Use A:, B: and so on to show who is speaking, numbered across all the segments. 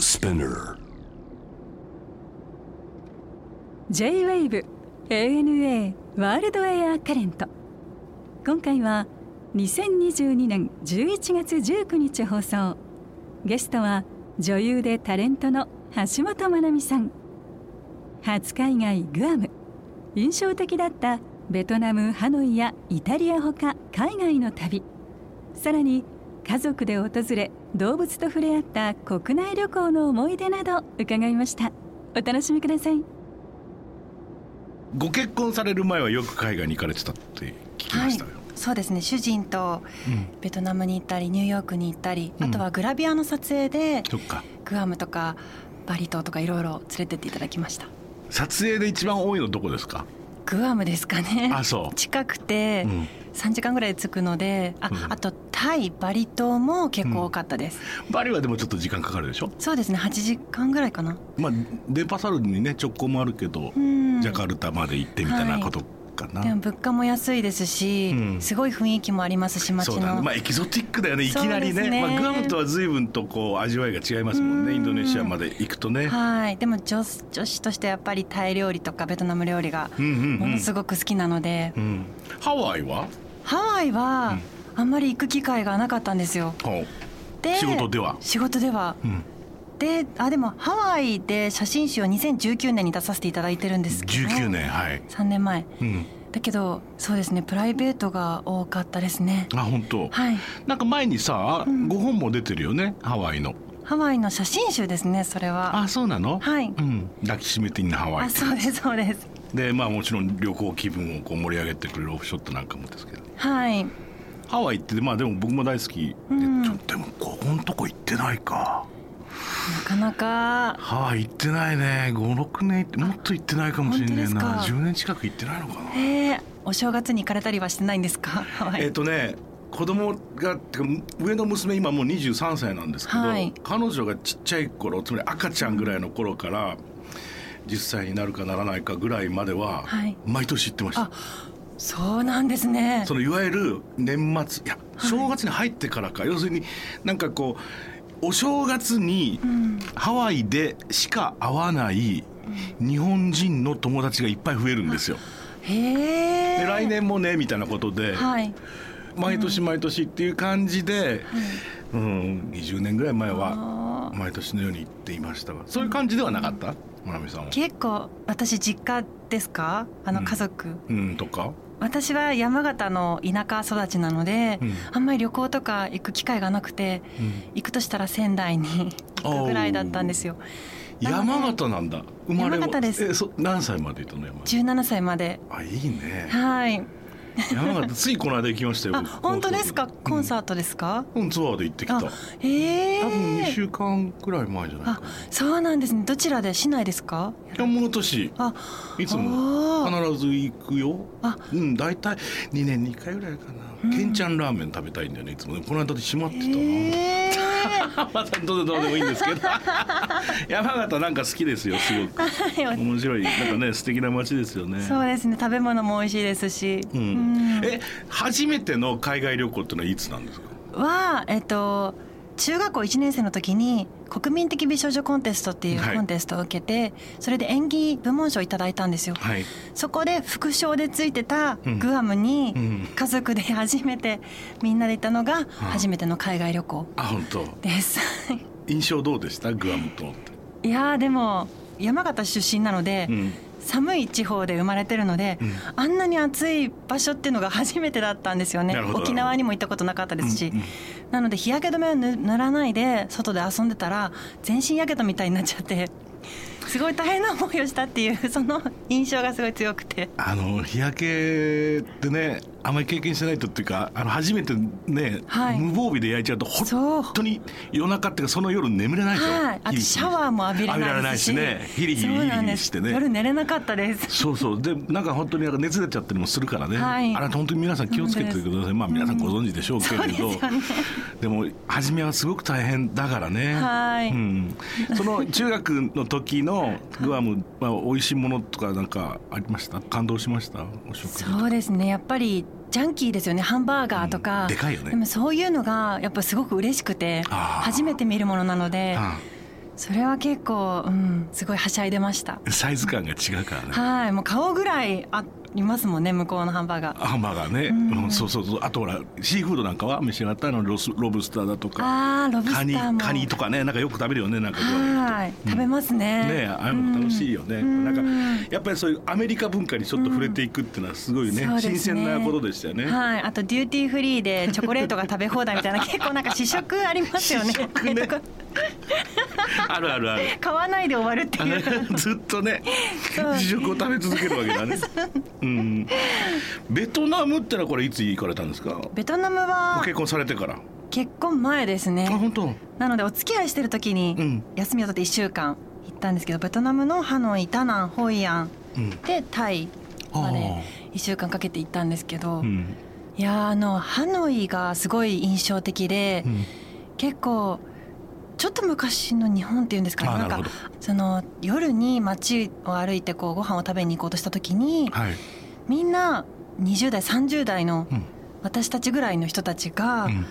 A: Spinner.
B: J-WAVE ANA ワールドエアカレント今回は2022年11月19日放送ゲストは女優でタレントの橋本まなみさん初海外グアム印象的だったベトナムハノイやイタリアほか海外の旅さらに家族で訪れ動物と触れ合った国内旅行の思い出など伺いましたお楽しみください
C: ご結婚される前はよく海外に行かれてたって聞きましたよ、
D: そうですね主人と
C: うん
D: ベトナムに行ったりニューヨークに行ったり、
C: うん
D: あとはグラビアの撮影で
C: そっか
D: グアムとかバリ島とかいろいろ連れてっていただきました
C: 撮影で一番多いのどこですか
D: グアムですかね
C: あそう
D: 近くて
C: うん
D: 3時間ぐらい着くのであ,、
C: うん
D: あとタイバリ島も結構多かったです、
C: バリはでもちょっと時間かかるでしょ
D: そうですね8時間ぐらいかな
C: まあデパサルにね直行もあるけど、
D: うん
C: ジャカルタまで行ってみたいなことかな、
D: でも物価も安いですし、
C: うん
D: すごい雰囲気もありますし
C: そ
D: 街
C: うだね
D: の、
C: まあエキゾチックだよねいきなり
D: そ
C: ね
D: うですね
C: まあ、グアムとは随分とこう味わいが違いますもんね
D: うん
C: インドネシアまで行くとね、
D: はいでも女子女子としてやっぱりタイ料理とかベトナム料理が
C: うんうん
D: も
C: うん
D: のすごく好きなので、
C: うん、ハワイは、
D: ハワイはあんまり行く機会がなかったんですよ
C: ほう
D: で
C: 仕事では
D: 仕事では
C: うん、
D: であでもハワイで写真集を2019年に出させていただいてるんですけど
C: 19年はい、
D: 3年前
C: うん、
D: だけどそうですねプライベートが多かったですね
C: あ本当、
D: はい
C: なんか前にさ、
D: ん
C: 5本も出てるよねハワイの
D: ハワイの写真集ですねそれは
C: あそうなの
D: はい
C: うん、抱きしめてんなハワイ
D: あそうですそうです
C: でまあもちろん旅行気分をこう盛り上げてくれるオフショットなんかもですけど
D: はい
C: ハワイってまあでも僕も大好き、
D: うん
C: でちょでもここのとこ行ってないか
D: なかなか
C: ハワイ行ってないね56年行ってもっと行ってないかもしれない
D: 本当
C: な
D: ですか
C: 10年近く行ってないのかな
D: えー、お正月に行かれたりはしてない んですかハワイ
C: えっ、とね子供がてか上の娘今もう23歳なんですけど、
D: はい
C: 彼女がちっちゃい頃つまり赤ちゃんぐらいの頃から10歳になるかならないかぐらいまでは
D: はい
C: 毎年行ってました、
D: あそうなんですね
C: そのいわゆる年末いや正月に入ってからか、要するになんかこうお正月に
D: うん
C: ハワイでしか会わない日本人の友達がいっぱい増えるんですよ。
D: へ
C: で
D: え
C: 来年もねみたいなことで、
D: はい
C: 毎年毎年っていう感じで、うん、20年ぐらい前は
D: あー
C: 毎年のように行っていましたがそういう感じではなかった村上さんは。
D: 結構私実家ですかあ
C: う
D: の
C: ん
D: 家族、
C: うんとか、
D: 私は山形の田舎育ちなので、
C: うん
D: あんまり旅行とか行く機会がなくて行くとしたら仙台に 行くぐらいだったんですよ
C: 山形なんだ生まれも
D: 山形です
C: えそ何歳までいたの山形
D: 17歳まで
C: あいいね
D: はい
C: 山形ついこの間行きましたよ
D: あ本当ですかコンサ
C: ー
D: ートですか、
C: ト、うんうんツアーで行ってきた
D: あ
C: 多
D: ええ
C: 分2週間くらい前じゃないか
D: あ
C: な
D: そうなんですねどちらで市内ですか
C: 山形市
D: あ
C: いつも
D: おー
C: 必ず行くよ
D: あ
C: うん大体2年に1回ぐらいかな、
D: うん
C: けんちゃんラーメン食べたいんだよねいつもねこの間で閉まっ
D: え
C: てたな、
D: え
C: まあどうでどうでもいいんです けど山形なんか好きですよすごく
D: はい
C: 面白いなんかね素敵な街ですよね
D: そうですね食べ物も美味しいですし、
C: う
D: うんん、
C: え初めての海外旅行ってのはいつなんですか
D: は、えっと、中学校1年生の時に国民的美少女コンテストっていう
C: はい
D: コンテストを受けて、それで演技部門賞をいただいたんですよ
C: はい、
D: そこで副賞でついてた
C: うん
D: グアムに
C: うん、
D: 家族で初めてみんなで行ったのが初めての海外旅行
C: あ本当
D: です
C: 印象どうでしたグアム島って、
D: いやーでも山形出身なので、
C: ん、
D: 寒い地方で生まれてるので、
C: うん
D: あんなに暑い場所っていうのが初めてだったんですよね
C: なるほど
D: 沖縄にも行ったことなかったですし、
C: うんうん
D: なので日焼け止めを塗塗らないで外で遊んでたら全身やけどみたいになっちゃってすごい大変な思いをしたっていう その印象がすごい強くて
C: あの日焼けってねあまり経験してないとっていうかあの初めてね、
D: はい
C: 無防備で焼いちゃうと本
D: そう
C: 当に夜中っていうかその夜眠れないでしょ
D: はいあ
C: ヒリヒリ
D: とシャワーも浴びれ
C: 浴びられ
D: な
C: ないい
D: し
C: しねヒリヒリ
D: そうなんで
C: ヒリヒリ
D: す
C: してね
D: 夜寝れなかったです
C: そうそうでなんか本当になんか熱出ちゃったりもするからね、
D: はい
C: あれ本当に皆さん気をつけてくださいまあ皆さんご存知でしょうけれど、
D: うんそうです
C: でも初めはすごく大変だからね、
D: はい
C: うん、その中学の時のグアム、まあ、美味しいものとかなんかありました感動しましたお食事とか
D: そうですねやっぱりジャンキーですよねハンバーガーとか、
C: うんでかいよね
D: でもそういうのがやっぱすごく嬉しくて
C: あー
D: 初めて見るものなので
C: あ
D: それは結構、うん、すごいはしゃいでました
C: サイズ感が違うからね
D: はいもう顔ぐらいありますもんね向こうのハンバーガー
C: ハンバーガーね、うんそうそうそうあとほらシーフードなんかは召し上がったあのロスロブスターだとか
D: あーロブスタ
C: カニ
D: ーも
C: カニとかねなんかよく食べるよねなんかこう
D: はい食べますね
C: ねああいうのも楽しいよね、
D: ん
C: なんかやっぱりそういうアメリカ文化にちょっと触れていくっていうのはすごいね,、
D: そうですね
C: 新鮮なことでしたよね、
D: はい、あとデューティーフリーでチョコレートが食べ放題みたいな結構なんか試食ありますよ
C: 試
D: ね
C: 食ね
D: ああいうとこ
C: あるあるある
D: 買わないで終わるって
C: あ
D: いう
C: れずっとね
D: そう
C: 自食を食べ続けるわけ だね、うん、ベトナムってのはこれいつ行かれたんですか
D: ベトナム
C: ご
D: は
C: 結婚されてから
D: 結婚前です
C: あ
D: ね
C: 本当
D: なのでお付き合いしてる時
C: う
D: に
C: ん
D: 休みを取って1週間行ったんですけどベトナムのハノイダナンホイアン
C: うん
D: でタイまで
C: あ
D: 1週間かけて行ったんですけ
C: ー
D: ど、
C: うん
D: いやーあのハノイがすごい印象的で、
C: うん
D: 結構ちょっと昔の日本っていうんですかね
C: あー
D: なん
C: な
D: か
C: るほ
D: その夜に街を歩いてこうご飯を食べに行こうとした時に
C: はい
D: みんな20代30代の
C: うん
D: 私たちぐらいの人たちが
C: うん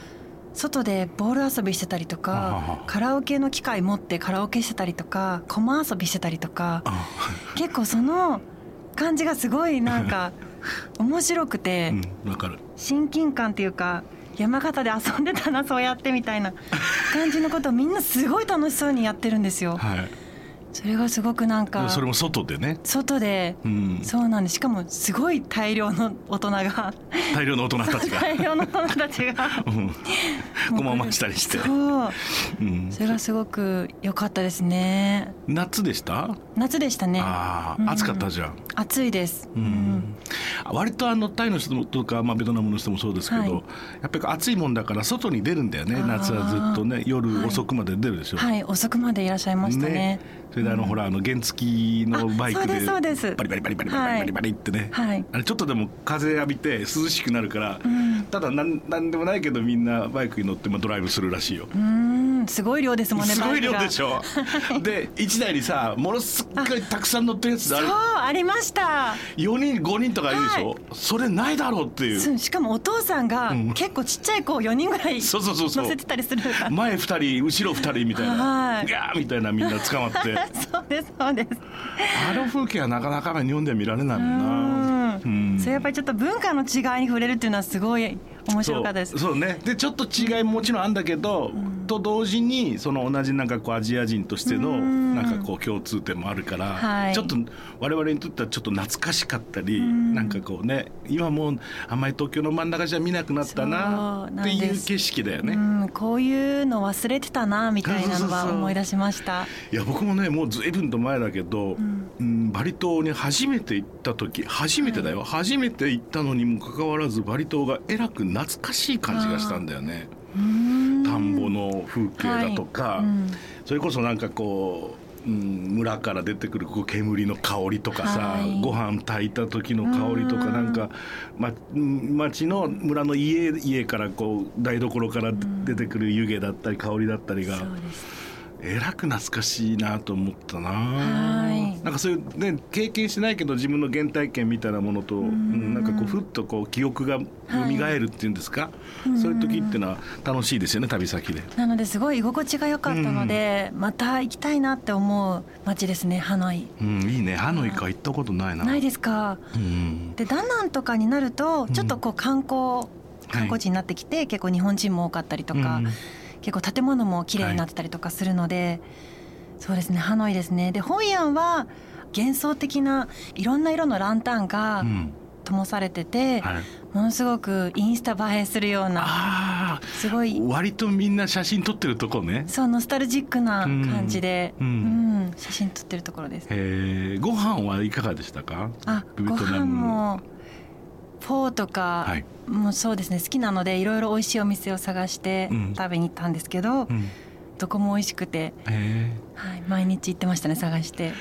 D: 外でボール遊びしてたりと
C: はは
D: かカラオケの機械持ってカラオケしてたりとかコマ遊びしてたりとか
C: あ
D: 結構その感じがすごいなん か面白くて
C: うんわかる
D: 親近感っていうか山形で遊んでたなそうやってみたいな感じのことをみんなすごい楽しそうにやってるんですよ。
C: はい
D: それがすごくなんか
C: それも外でね
D: 外で
C: うん
D: そうなんですしかもすごい大量の大人が
C: 大量の大人たちが
D: 大量の大人たちが
C: うん ごまましたりして
D: そう
C: うん
D: それがすごく良かったですね
C: 夏でした
D: 夏でしたね
C: あ
D: うん
C: あ暑かったじゃん
D: 暑いです、
C: うん割とあのタイの人とか、まあ、ベトナムの人もそうですけど、
D: はい
C: やっぱり暑いもんだから外に出るんだよ
D: あ
C: ね
D: ー
C: 夏はずっとね
D: はい
C: 夜遅くまで出るでしょ、
D: はい遅くまでいらっしゃいましたね
C: それであの、ほらあの原付きのバイクで
D: あそうですそうです
C: バリバリバリバリバリバリバリってね、
D: はい
C: あれちょっとでも風浴びて涼しくなるから、
D: ん
C: ただなんなんでもないけどみんなバイクに乗って、まあ、ドライブするらしいよ
D: うーんすごい量ですもんね
C: すごい量
D: バイクが
C: でしょで1台にさものすっごいたくさん乗ってるやつ
D: そ
C: あ
D: う
C: る
D: ありました
C: 4人5人とかいるでしょ、
D: は
C: それないだろうっていう
D: そうしかもお父さんが
C: うん
D: 結構ちっちゃい子を4人ぐらい
C: そうそうそうそう
D: 乗せてたりするから
C: 前2人後ろ2人みたい
D: は
C: な「
D: い
C: ギャー」みたいなみんな捕 まって
D: そうですそうです
C: あの風景はなかなか日本では見られないもんな
D: う
C: うん
D: ん、それやっぱりちょっと文化の違いに触れるっていうのはすごい面
C: そ
D: 白
C: う
D: かったです。
C: そうねでちょっと違いももちろんあるんだけど、と同時にその同じなんかこうアジア人としての
D: ん
C: なんかこう共通点もあるから、
D: はい
C: ちょっと我々にとってはちょっと懐かしかったり、なんかこうね今もうあんまり東京の真ん中じゃ見なくなったな
D: そうな
C: っ
D: ん
C: て
D: です
C: いう景色だよね。
D: うん、こういうの忘れてたなみたいなの
C: そうそう
D: は
C: そう
D: 思い出しました。
C: いや僕もねもう随分と前だけど、うんバリ島に初めて行った時初めてだよ、初めて行ったのにもかかわらずバリ島がえらく懐かしい感じがしたんだよね。
D: うん
C: 田んぼの風景だとか、
D: はいうん
C: それこそなんかこう、うん、村から出てくるこう煙の香りとかさ、
D: はい
C: ご飯炊いた時の香りとか
D: うん
C: なんか、ま、うん町の村の家家からこう台所から出てくる湯気だったり香りだったりが
D: そうです。
C: えらく懐かしいなと思ったな。
D: はい
C: なんかそういうね経験しないけど自分の原体験みたいなものと、うんなんかこうふっとこう記憶が蘇るっていうんですか、そういう時っていうのは楽しいですよね旅先で。
D: なのですごい居心地が良かったので、また行きたいなって思う街ですね。ハノイ。
C: うん、いいねハノイか行ったことないな。
D: ないですか。
C: うん、
D: でダナンとかになるとちょっとこう観光観光地になってきて、結構日本人も多かったりとか、
C: うん
D: 結構建物も綺麗になってたりとかするので、そうですねハノイですねでホイアンは幻想的ないろんな色のランタンが
C: うん
D: 灯されてて、
C: はい、
D: ものすごくインスタ映えするような
C: ああ
D: すごい
C: 割とみんな写真撮ってるとこね。
D: そうノスタルジックな感じで、
C: う
D: うんん
C: うん
D: 写真撮ってるところです。
C: えー、ご飯はいかがでしたか
D: あ
C: ベ
D: ご
C: トナ
D: 飯
C: ム
D: もフォーとか、
C: はい
D: もうそうですね好きなのでいろいろ美味しいお店を探して
C: うん
D: 食べに行ったんですけど、
C: うん
D: どこも美味しくて、
C: えー
D: はい、毎日行ってましたね探して。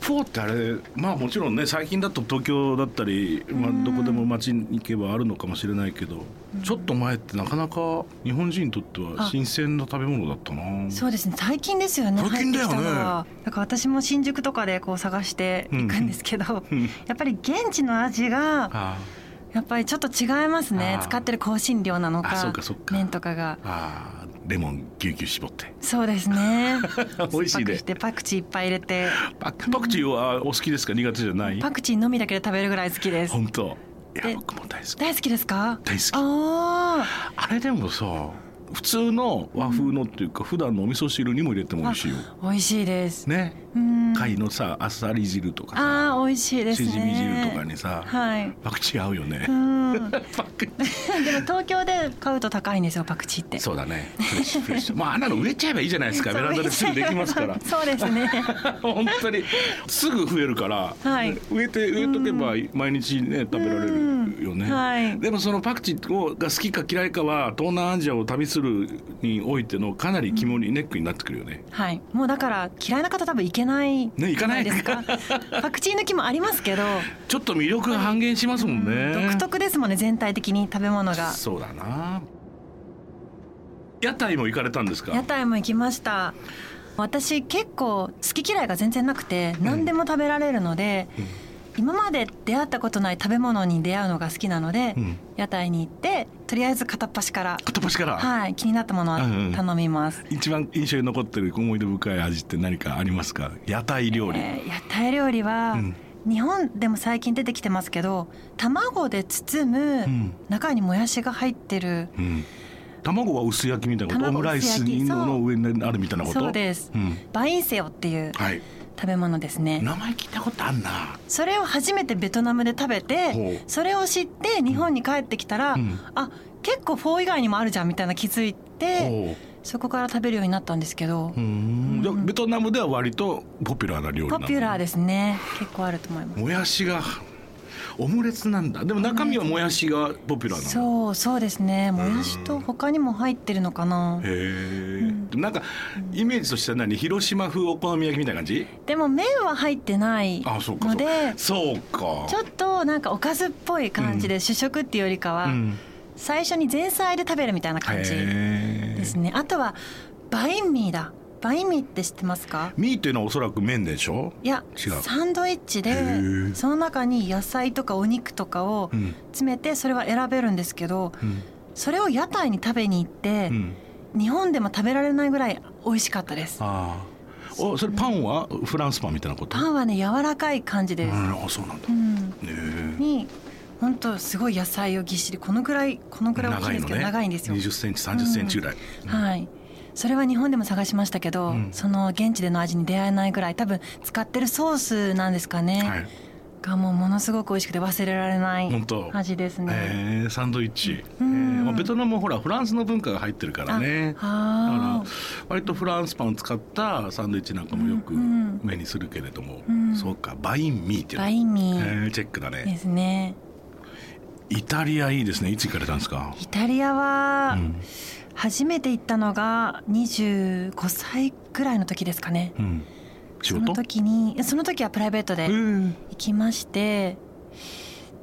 C: フォーってあれまあもちろんね最近だと東京だったり、まあ、どこでも街に行けばあるのかもしれないけど、ちょっと前ってなかなか日本人にとっては
D: あ
C: 新鮮な食べ物だったな
D: そうですね最近ですよね
C: 最近だよね
D: 入ってきたのはだから私も新宿とかでこう探していくんですけど、
C: うん
D: やっぱり現地の味が
C: あ
D: やっぱりちょっと違いますね
C: あー
D: 使ってる香辛料なの
C: あ
D: か
C: そうかそうか
D: 麺とかが
C: ああレモンぎゅうぎゅう絞って
D: そうですね
C: 美味しいね
D: 酸っぱくしてパクチーいっぱい入れて
C: パクパクチーはお好きですか苦手じゃない
D: パクチーのみだけで食べるぐらい好きです
C: 本当いや
D: で
C: 僕も大好き
D: 大好きですか
C: 大好き
D: ああ
C: あれでもさ普通の和風のっていうか普段のお味噌汁にも入れても美味しいよ
D: 美味しいです、
C: ね
D: うん
C: 貝のさあさり汁とかさ
D: あー美味しいです
C: し
D: ね
C: じみ汁とかにさ
D: はい
C: パクチー合うよ ね
D: うんでも
C: パク
D: 東京で買うと高いんですよパクチーって
C: そうだねフレッシュフレッシュまああんなの植えちゃえばいいじゃないですか
D: そ
C: ベ
D: う
C: ランダですぐできますから
D: そうですね
C: 本当にすぐ増えるから、
D: はい
C: 植えて植えとけば毎日ね食べられるよね、
D: うんはい
C: でもそのパクチーをが好きか嫌いかは東南アジアを旅するにおいてのかなり肝にネックになってくるよね、
D: はいもうだから嫌いな方多分いけない
C: ね行かない
D: ですか パクチー抜きもありますけど、
C: ちょっと魅力が半減しますもんね、
D: 独特ですもんね全体的に食べ物が
C: そうだな屋台も行かれたんですか
D: 屋台も行きました私結構好き嫌いが全然なくて何でも食べられるので、今まで出会ったことない食べ物に出会うのが好きなので、
C: うん
D: 屋台に行ってとりあえず片っ端から、
C: 片っ端から、
D: はい、気になったもの
C: うんうん
D: は頼みます、
C: 一番印象に残ってる思い出深い味って何かありますか屋台料理、
D: えー屋台料理は、
C: うん
D: 日本でも最近出てきてますけど卵で包む、
C: うん
D: 中にもやしが入ってる
C: うん卵は薄焼きみたいなことオ
D: 卵
C: ムライス
D: 薄焼きそう
C: の上にあるみたいなこと
D: そうです
C: うん
D: バインセオっていう
C: はい
D: 食べ物ですね
C: 名前聞いたことあんな
D: それを初めてベトナムで食べ
C: ほう
D: てそれを知って日本に帰ってきたら、
C: うん
D: あ結構フォー以外にもあるじゃんみたいな気づいて
C: ほ
D: そこから食べるようになったんですけど
C: ううーんじゃあベトナムでは割とポピュラーな料理な
D: ポ
C: の
D: ピュラーですね結構あると思います
C: もやしがオムレツなんだでも中身はもやしがポピュラーなの
D: そうそうですねもやしと他にも入ってるのかな
C: へえ、なんかイメージとしては何広島風お好み焼きみたいな感じ
D: でも麺は入ってない
C: あそうか
D: ので
C: そうか
D: ちょっとなんかおかずっぽい感じで主食っていうよりかは
C: うん
D: 最初に前菜で食べるみたいな感じ
C: へ
D: で
C: え
D: すねあとはバインミーだバインミーって知ってますか
C: ミーっていうのはおそらく麺でしょ
D: いや
C: 違う
D: サンドイッチ
C: へ
D: で
C: ー
D: その中に野菜とかお肉とかを
C: うん
D: 詰めてそれは選べるんですけど
C: うん
D: それを屋台に食べに行って
C: うん
D: 日本でも食べられないぐらい美味しかったです
C: ああおそれパンはフランスパンみたいなこと
D: パンはね柔らかい感じ
C: う
D: です、
C: んあそうなんだへ
D: うん、
C: え
D: に本当すごい野菜をぎっしりこのぐらいこのぐらい
C: 長い
D: 大きいんです
C: の
D: けど長
C: ね
D: い,、んですよ
C: 二十センチ三十センチぐらい、
D: はいそれは日本でも探しましたけど、
C: うん
D: その現地での味に出会えないぐらい多分使ってるソースなんですかね、
C: はい
D: がもうものすごく美味しくて忘れられない
C: 本当
D: 味ですね。
C: へえサンドイッチ、
D: うん
C: へえまあベトナムもほらフランスの文化が入ってるからねだ
D: あ
C: から割とフランスパンを使ったサンドイッチなんかもよく
D: うん
C: 目にするけれども、
D: うん
C: そうかバインミーって
D: あ
C: いうの
D: バインミー
C: へえチェックだね
D: ですね。
C: イタリアいいですねいつ行かれたんですか
D: イタリアは
C: うん
D: 初めて行ったのが25歳くらいの時ですかね。
C: うん仕
D: その
C: 事
D: 時にその時はプライベートで
C: うん
D: 行きまして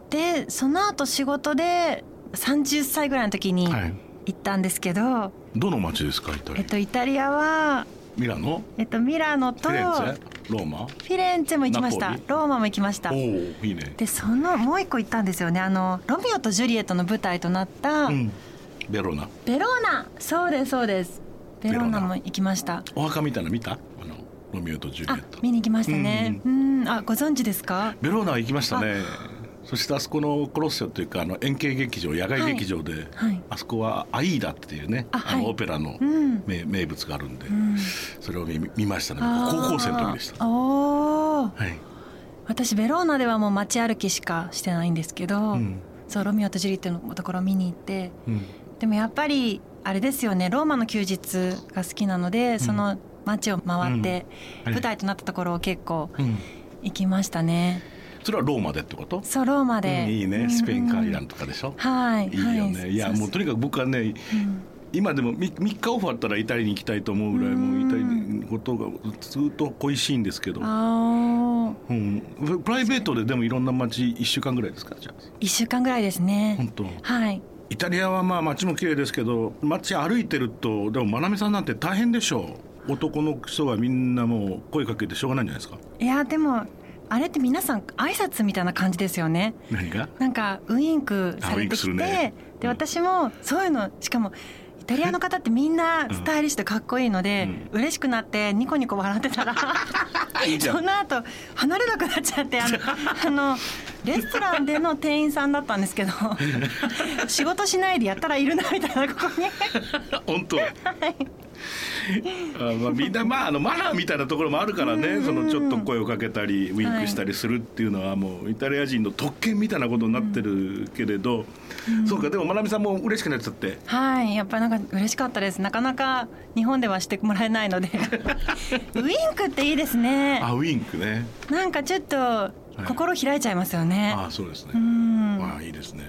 D: でその後仕事で30歳ぐらいの時に
C: はい
D: 行ったんですけど、
C: どの町ですかイタリ
D: え
C: ア、
D: っと、イタリアは、
C: ミラノ
D: えっと、ミラノ
C: フ
D: と
C: ィ
D: フ
C: レンツ
D: ィ
C: ェローマ
D: レンツェも行きまし
C: ナ
D: た
C: ポリ
D: ローマも行きました
C: おおいいね
D: でそのもう一個行ったんですよねあのロミオとジュリエットの舞台となった、
C: うんベローナ
D: ベローナそうですそうですベローナも行きました
C: お墓みたいなの見たあのロミオとジュ
D: あ
C: リエット
D: 見に行きましたねうんあご存知ですか
C: ベローナ行きましたねそしてあそこのコロッセオというかあの円形劇場野外劇場で、
D: はい
C: あそこはアイーダっていうね
D: あはい
C: のオペラの
D: うん
C: 名,、名物があるんで、
D: うん
C: それを見見ましたね
D: あ
C: 僕
D: ー
C: 高校生の時でした、
D: おー
C: はい
D: 私ベローナではもう街歩きしかしてないんですけど、
C: うん
D: そうロミオとジュリエットのところ見に行って
C: うん
D: でもやっぱりあれですよねローマの休日が好きなのでその街を回って
C: うん
D: 舞台となったところを結構
C: うん
D: 行きましたね、
C: それはローマでってこと、
D: そうローマで、
C: うんいいねスペインカリランとかでしょ、
D: はい
C: いいよね、、
D: はい
C: や
D: そ
C: もう
D: そ
C: とにかく僕はね
D: うん
C: 今でも 3, 日オフあったらイタリアに行きたいと思うぐらいもうイタリアのことがずっと恋しいんですけど、
D: あ
C: うん、プライベートででもいろんな街1週間ぐらいですかじゃあ
D: 1週間ぐらいですね
C: 本当
D: はい
C: イタリアはまあ街も綺麗ですけど街歩いてるとでもまなみさんなんて大変でしょう男の人はみんなもう声かけてしょうがないんじゃないですか
D: いやでもあれって皆さん挨拶みたいな感じですよね
C: 何が
D: なんかウインクさ
C: あウイ
D: れ
C: ンク
D: て
C: す
D: きて、
C: るね
D: で私もそういうのしかもイイタリアの方ってみんなスタイリッシュでかっこいいので、
C: う
D: 嬉しくなってニコニコ笑ってたら
C: いいじゃん
D: その後離れなくなっちゃっ てあのあのレストランでの店員さんだったんです けど仕事しないでやったらいるなみたいなここに
C: 本当。あまあみんなまああのマナーみたいなところもあるからね、そのちょっと声をかけたりウィンクしたりするっていうのはもうイタリア人の特権みたいなことになってるけれど、そうかでもまなみさんも嬉しくなっちゃって。
D: はいやっぱりなんか嬉しかったですなかなか日本ではしてもらえないのでウインクっていいですね
C: あウィンクね。
D: なんかちょっと
C: い
D: 心開いちゃいますよね、
C: あそうですね
D: う。ん
C: あいいですね。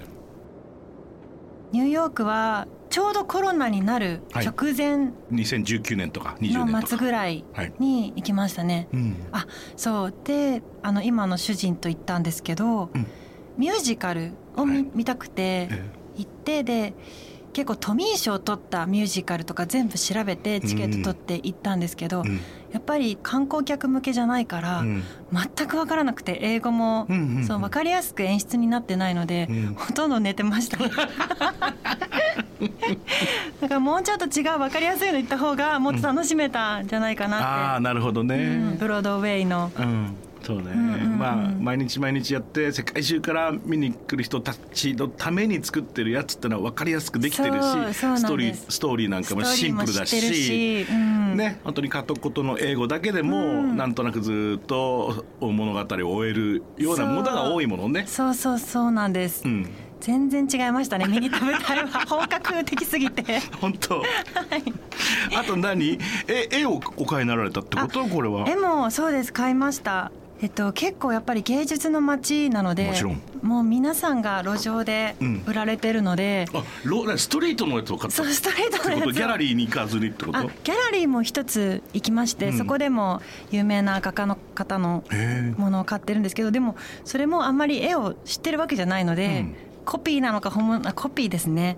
D: ニューヨークはちょうどコロナになる
C: はい
D: 直前
C: 2019年とか20年
D: の
C: と
D: 末
C: か。
D: ぐらい
C: はい。
D: に行きましたね。
C: うん。
D: あそうであの今の主人と行ったんですけど、
C: うん
D: ミュージカルを
C: は
D: 見,、
C: い
D: たくて
C: え
D: 行ってで結構トミー賞を取ったミュージカルとか全部調べてチケット取って行ったんですけど、
C: うん
D: やっぱり観光客向けじゃないから、
C: うん
D: 全く分からなくて英語も、
C: うんうんうん
D: そう分かりやすく演出になってないので、
C: うん
D: ほとんど寝てま しただからもうちょっと違う分かりやすいの行った方がもっと楽しめたんじゃないか
C: あ
D: な
C: あ
D: って、
C: なるほどね。
D: うんブロードウェイの
C: うん、そうね、
D: んうんうん
C: まあ毎日毎日やって世界中から見に来る人たちのために作ってるやつってのは分かりやすくできてるし
D: そうそうなんです
C: ストーリーストーリーなんかも
D: ストー
C: シ
D: リー
C: ン
D: も
C: プルだ
D: 知ってる
C: し。
D: しうん
C: ね、本当に片言の英語だけでも、
D: うん
C: なんとなくずっと物語を終えるようなものが多いものね。
D: そうそうそうなんです、
C: うん、
D: 全然違い ましたねミニ食べたいは本格的すぎて
C: 本 当。あと何え絵をお買いになられたってことこれは。
D: 絵もそうです買いましたえっと、結構やっぱり芸術の街なので
C: もちろん
D: もう皆さんが路上で
C: うん
D: 売られてるので、
C: あロストリートのやつを買った
D: そう
C: っ
D: ストレート
C: てこ
D: のや
C: と
D: つ
C: ギャラリーに行かずにってこと
D: あギャラリーも一つ行きまして、
C: うん
D: そこでも有名な画家の方の
C: へえ
D: ものを買ってるんですけどでもそれもあんまり絵を知ってるわけじゃないので、
C: うん
D: コピーなのか本物あコピーです ね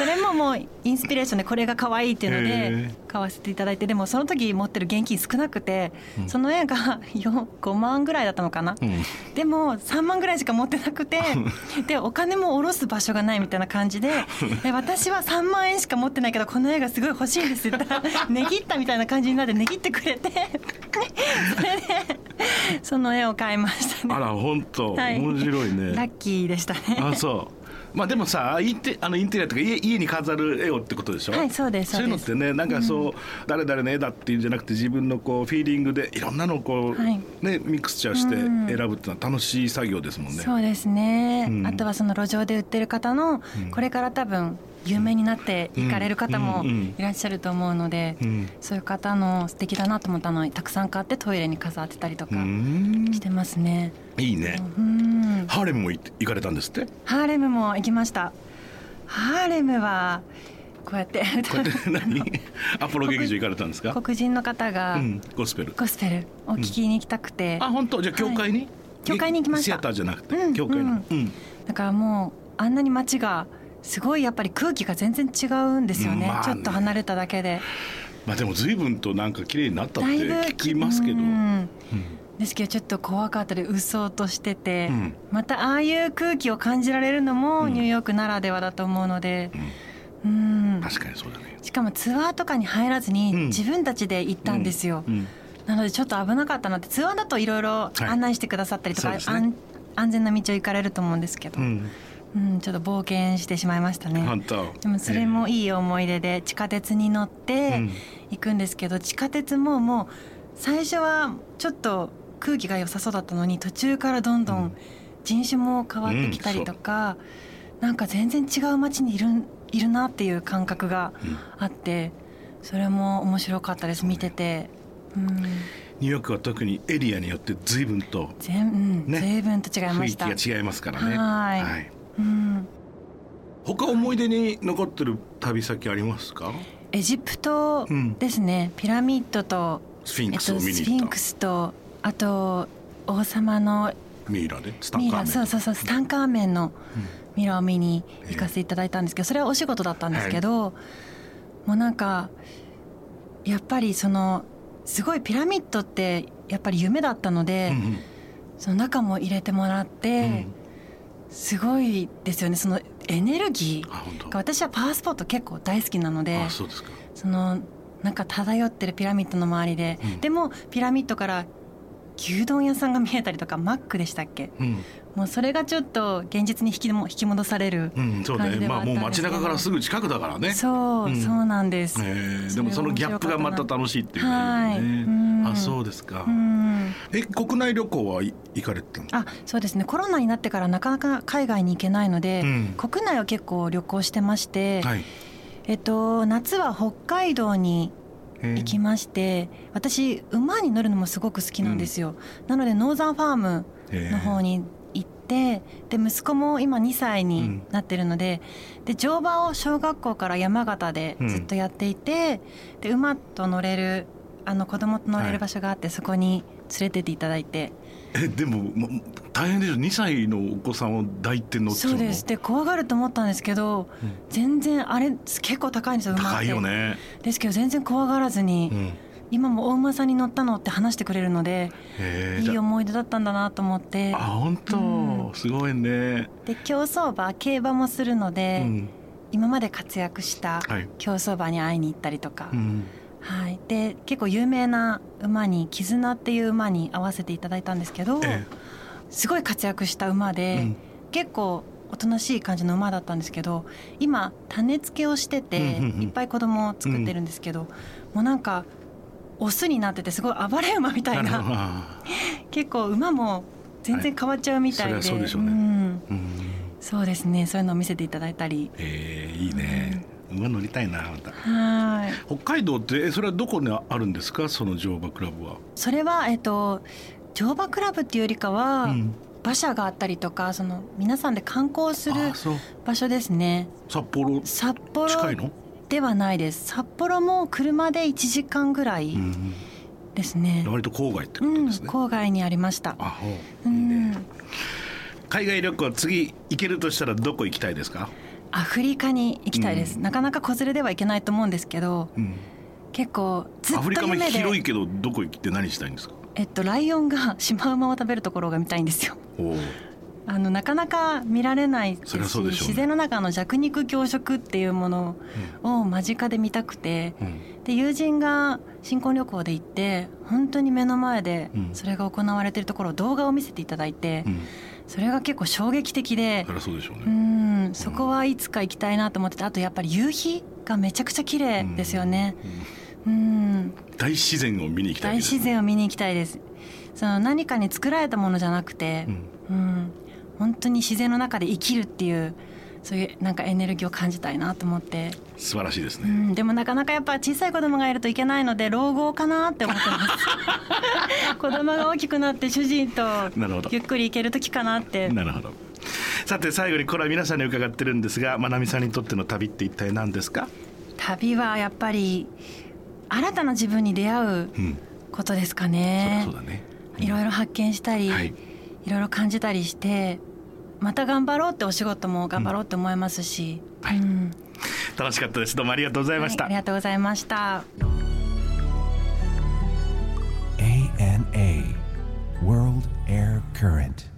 D: それももうインスピレーションでこれが可愛いっていうの
C: へ
D: で
C: え
D: 買わせていただいてでもその時持ってる現金少なくて、
C: ん
D: その絵が4 5万ぐらいだったのかな、
C: うん
D: でも3万ぐらいしか持ってなくてでお金も下ろす場所がないみたいな感じでえ私は3万円しか持ってないけどこの絵がすごい欲しいんですって 言ったら値切ったみたいな感じになって値切ってくれてそれでその絵を買いました
C: あ
D: ね
C: ら本当、
D: はい
C: 面白い
D: ラ
C: ね。
D: ッキーでしたね
C: あそう。まあでもさインテあのインテリアとか家家に飾る絵をってことでしょ。
D: はいそうです
C: そういうのってねなんかそう、誰々の絵だっていうんじゃなくて自分のこうフィーリングでいろんなのをこう、
D: はい
C: ねミクスチャーして
D: うん
C: 選ぶってのは楽しい作業ですもんね。
D: そうですね、
C: うん
D: あとはその路上で売ってる方のこれから多分有名になって行かれる方も
C: うんうんうん
D: いらっしゃると思うので、
C: うん。
D: そういう方の素敵だなと思ったのはたくさん買ってトイレに飾ってたりと
C: う
D: か
C: ん
D: してますね。
C: いいね。
D: うん
C: ハーレムも行って行かれたんですって。
D: ハーレムも行きました。ハーレムはこうやって
C: こうやって何アポロ劇場行かれたんですか。
D: 黒人の方が
C: うんゴスペル。
D: ゴスペルを聞きに行きたくて、
C: あ本当じゃあ教会に、
D: 教会に行きました
C: シアターじゃなくて、
D: うん
C: 教会の。うん
D: だからもうあんなに街がすごいやっぱり空気が全然違うんですよね。
C: まあね
D: ちょっと離れただけで、
C: まあでも随分となんか綺麗になったって
D: だいぶ
C: 聞きますけど、
D: う
C: うん
D: んですけどちょっと怖かったりうっそうとしてて、
C: うん
D: またああいう空気を感じられるのも
C: うん
D: ニューヨークならではだと思うので、うん
C: 確かにそうだね。
D: しかもツアーとかに入らずに
C: うん
D: 自分たちで行ったんですよ。
C: うん
D: なのでちょっと危なかったなってツアーだといろいろ
C: い
D: 案内してくださったりとか、
C: そうですね
D: 安安全な道を行かれると思うんですけど、
C: う
D: うん
C: ん
D: ちょっと冒険してしまいました
C: ハン
D: ね。
C: ター
D: でもそれもいい思い出で地下鉄に乗っ
C: う
D: て
C: ん
D: 行くんですけど、地下鉄ももう最初はちょっと空気が良さそうだったのに途中からどんどん人種も変わってきたりとか、なんか全然違う街にいるんいるなっていう感覚があってそれも面白かったです見てて。うん
C: ニューヨークは特にエリアによって随分と
D: 全うん、
C: ね
D: 随分と違い
C: 雰
D: ま
C: 囲
D: した。
C: 気が違いますからね。
D: はいうん、
C: 他思い出に残ってる旅先ありますか？
D: エジプトですね、ピラミッドと、
C: スフィン
D: え
C: ク
D: っ
C: スを
D: と、
C: 見
D: スフ
C: に
D: ィ
C: 行
D: ン
C: っ
D: ク
C: た。
D: スとあと王様の
C: ミイラでスタ
D: ミ
C: ン
D: イ
C: カーメ
D: ラ
C: ン。
D: そうそうそうスタンカーメンのミイラを見に
C: ええ
D: 行かせていただいたんですけどそれはお仕事だったんですけど、もうなんかやっぱりそのすごいピラミッドってやっぱり夢だったので、
C: うんうん
D: その中も入れてもらって。
C: うん
D: すごいですよねそのエネルギ
C: あ本当
D: ーが私はパワースポット結構大好きなので
C: あそうですか
D: そのなんか漂ってるピラミッドの周りで、
C: うん
D: でもピラミッドから牛丼屋さんが見えたりとかマックでしたっけ
C: うん、
D: もうそれがちょっと現実に引きも引き戻される、
C: うん、そう
D: 感じ
C: ね
D: で
C: ま
D: は
C: あ
D: あっ
C: も
D: た
C: うん
D: ですけど
C: 街中からすぐ近くだからね
D: そう、
C: うん
D: そうなんです、
C: えーでもそのギャップがまた楽しいっていう
D: はい
C: ね
D: うん
C: あそうですか、
D: うん
C: え国内旅行はい行かれてたの
D: あそうですねコロナになってからなかなか海外に行けないので、
C: うん
D: 国内は結構旅行してまして、
C: はい
D: えっと、夏は北海道に行きまして、私馬に乗るのもすごく好きなんですよ、なのでノーザンファームの方に行ってで息子も今2歳になってるので,、で乗馬を小学校から山形でずっとやっていて、で馬と乗れるあの子供と乗れる場所があって、そこに連れてっていただいて
C: えーえでも、ま、大変でしょ2歳のお子さんを抱いて乗って
D: そうですで怖がると思ったんですけど、
C: うん
D: 全然あれ結構高いんですよ馬って
C: 高いよね、
D: ですけど全然怖がらずに、
C: うん
D: 今もお馬さんに乗ったのって話してくれるので
C: えー
D: い
C: じゃ
D: い思い出だったんだなと思って
C: あ本当、
D: う
C: すごいね、
D: で競走馬競馬もするの
C: う
D: で、
C: ん
D: 今まで活躍した
C: はい、
D: 競走馬に会いに行ったりとか、
C: うん、
D: はい、で結構有名な馬に「絆」っていう馬に会わせていただいたんですけど、
C: え
D: すごい活躍した馬
C: え
D: で、
C: うん
D: 結構おとなしい感じの馬だったんですけど今種付けをしてて、
C: うんうんうん
D: いっぱい子供を作ってるんですけど、もうなんかオスになっててすごい暴れ馬みたい
C: なるほ
D: な
C: どあ
D: 結構馬も全然変わっちゃうみたいで、
C: はいそれはそうでしょうね
D: ん
C: ーうん
D: そうですねそういうのを見せていただいたり
C: えーいいね、馬乗りたいなまた
D: はい
C: 北海道ってえそれはどこにあるんですかその乗馬クラブは、
D: それはえっと乗馬クラブっていうよりかは、
C: うん、
D: 馬車があったりとかその皆さんで観光する
C: あそう
D: 場所ですね
C: 札幌
D: 札
C: 近い
D: 幌
C: の、
D: ではないです札幌も車で1時間ぐら
C: う
D: い
C: ん、
D: ですね、
C: 割と郊外ってこ
D: う
C: と
D: ん
C: ですね、
D: 郊外にありました
C: あほう
D: う
C: いい
D: ん
C: ね海外旅行次行けるとしたらどこ行きたいですか、
D: アフリカに行きたいです、
C: う
D: なかなか子連れでは行けないと思うんですけど
C: うん、
D: 結構ずっ
C: アフリ
D: と
C: カも
D: 夢で
C: 広いけどどこ行って何したいんですか
D: えっと、ライオンがシマウマを食べるところが見たいんですよ
C: おー
D: あのなかなか見られないです
C: そ
D: し
C: りゃそうでしょうね
D: 自然の中の弱肉強食っていうものを間近で見たくて、
C: うん
D: で友人が新婚旅行で行って本当に目の前で
C: うん
D: それが行われてるところを動画を見せていただいて、
C: うん、
D: それが結構衝撃的で
C: そりゃそうでしょうね、
D: うんそこはいつか行きたいなと思っててあとやっぱり夕日がめちゃくちゃ綺麗ですよね
C: うん、
D: うん
C: 大自然を見に行きた
D: 大
C: いです
D: 自然を見に行きたいですその何かに作られたものじゃなくて、うん、本当に自然の中で生きるっていうそういうなんかエネルギーを感じたいなと思って、
C: うん、素晴らしいです
D: う
C: ね、
D: ん、でもなかなかやっぱ小さい子供がいるといけないので老後かなって思ってます 子供が大きくなって主人と
C: なるほど
D: ゆっくり行ける時かなって
C: なるほどさて最後にこれは皆さんに伺ってるんですがまなみさんにとっての旅って一体何ですか、
D: 旅はやっぱり新たな自分に出会う
C: うん、
D: ことですか
C: そりゃ
D: ね
C: そうだね、うん
D: いろいろ発見したり、
C: はい
D: い、ろいろ感じたりしてまた頑張ろうってお仕事も頑張ろうって思いますし、
C: はい
D: うん
C: 楽しかったですどうもありがとうございました、
D: はいありがとうございました。
A: ANA, World Air Current.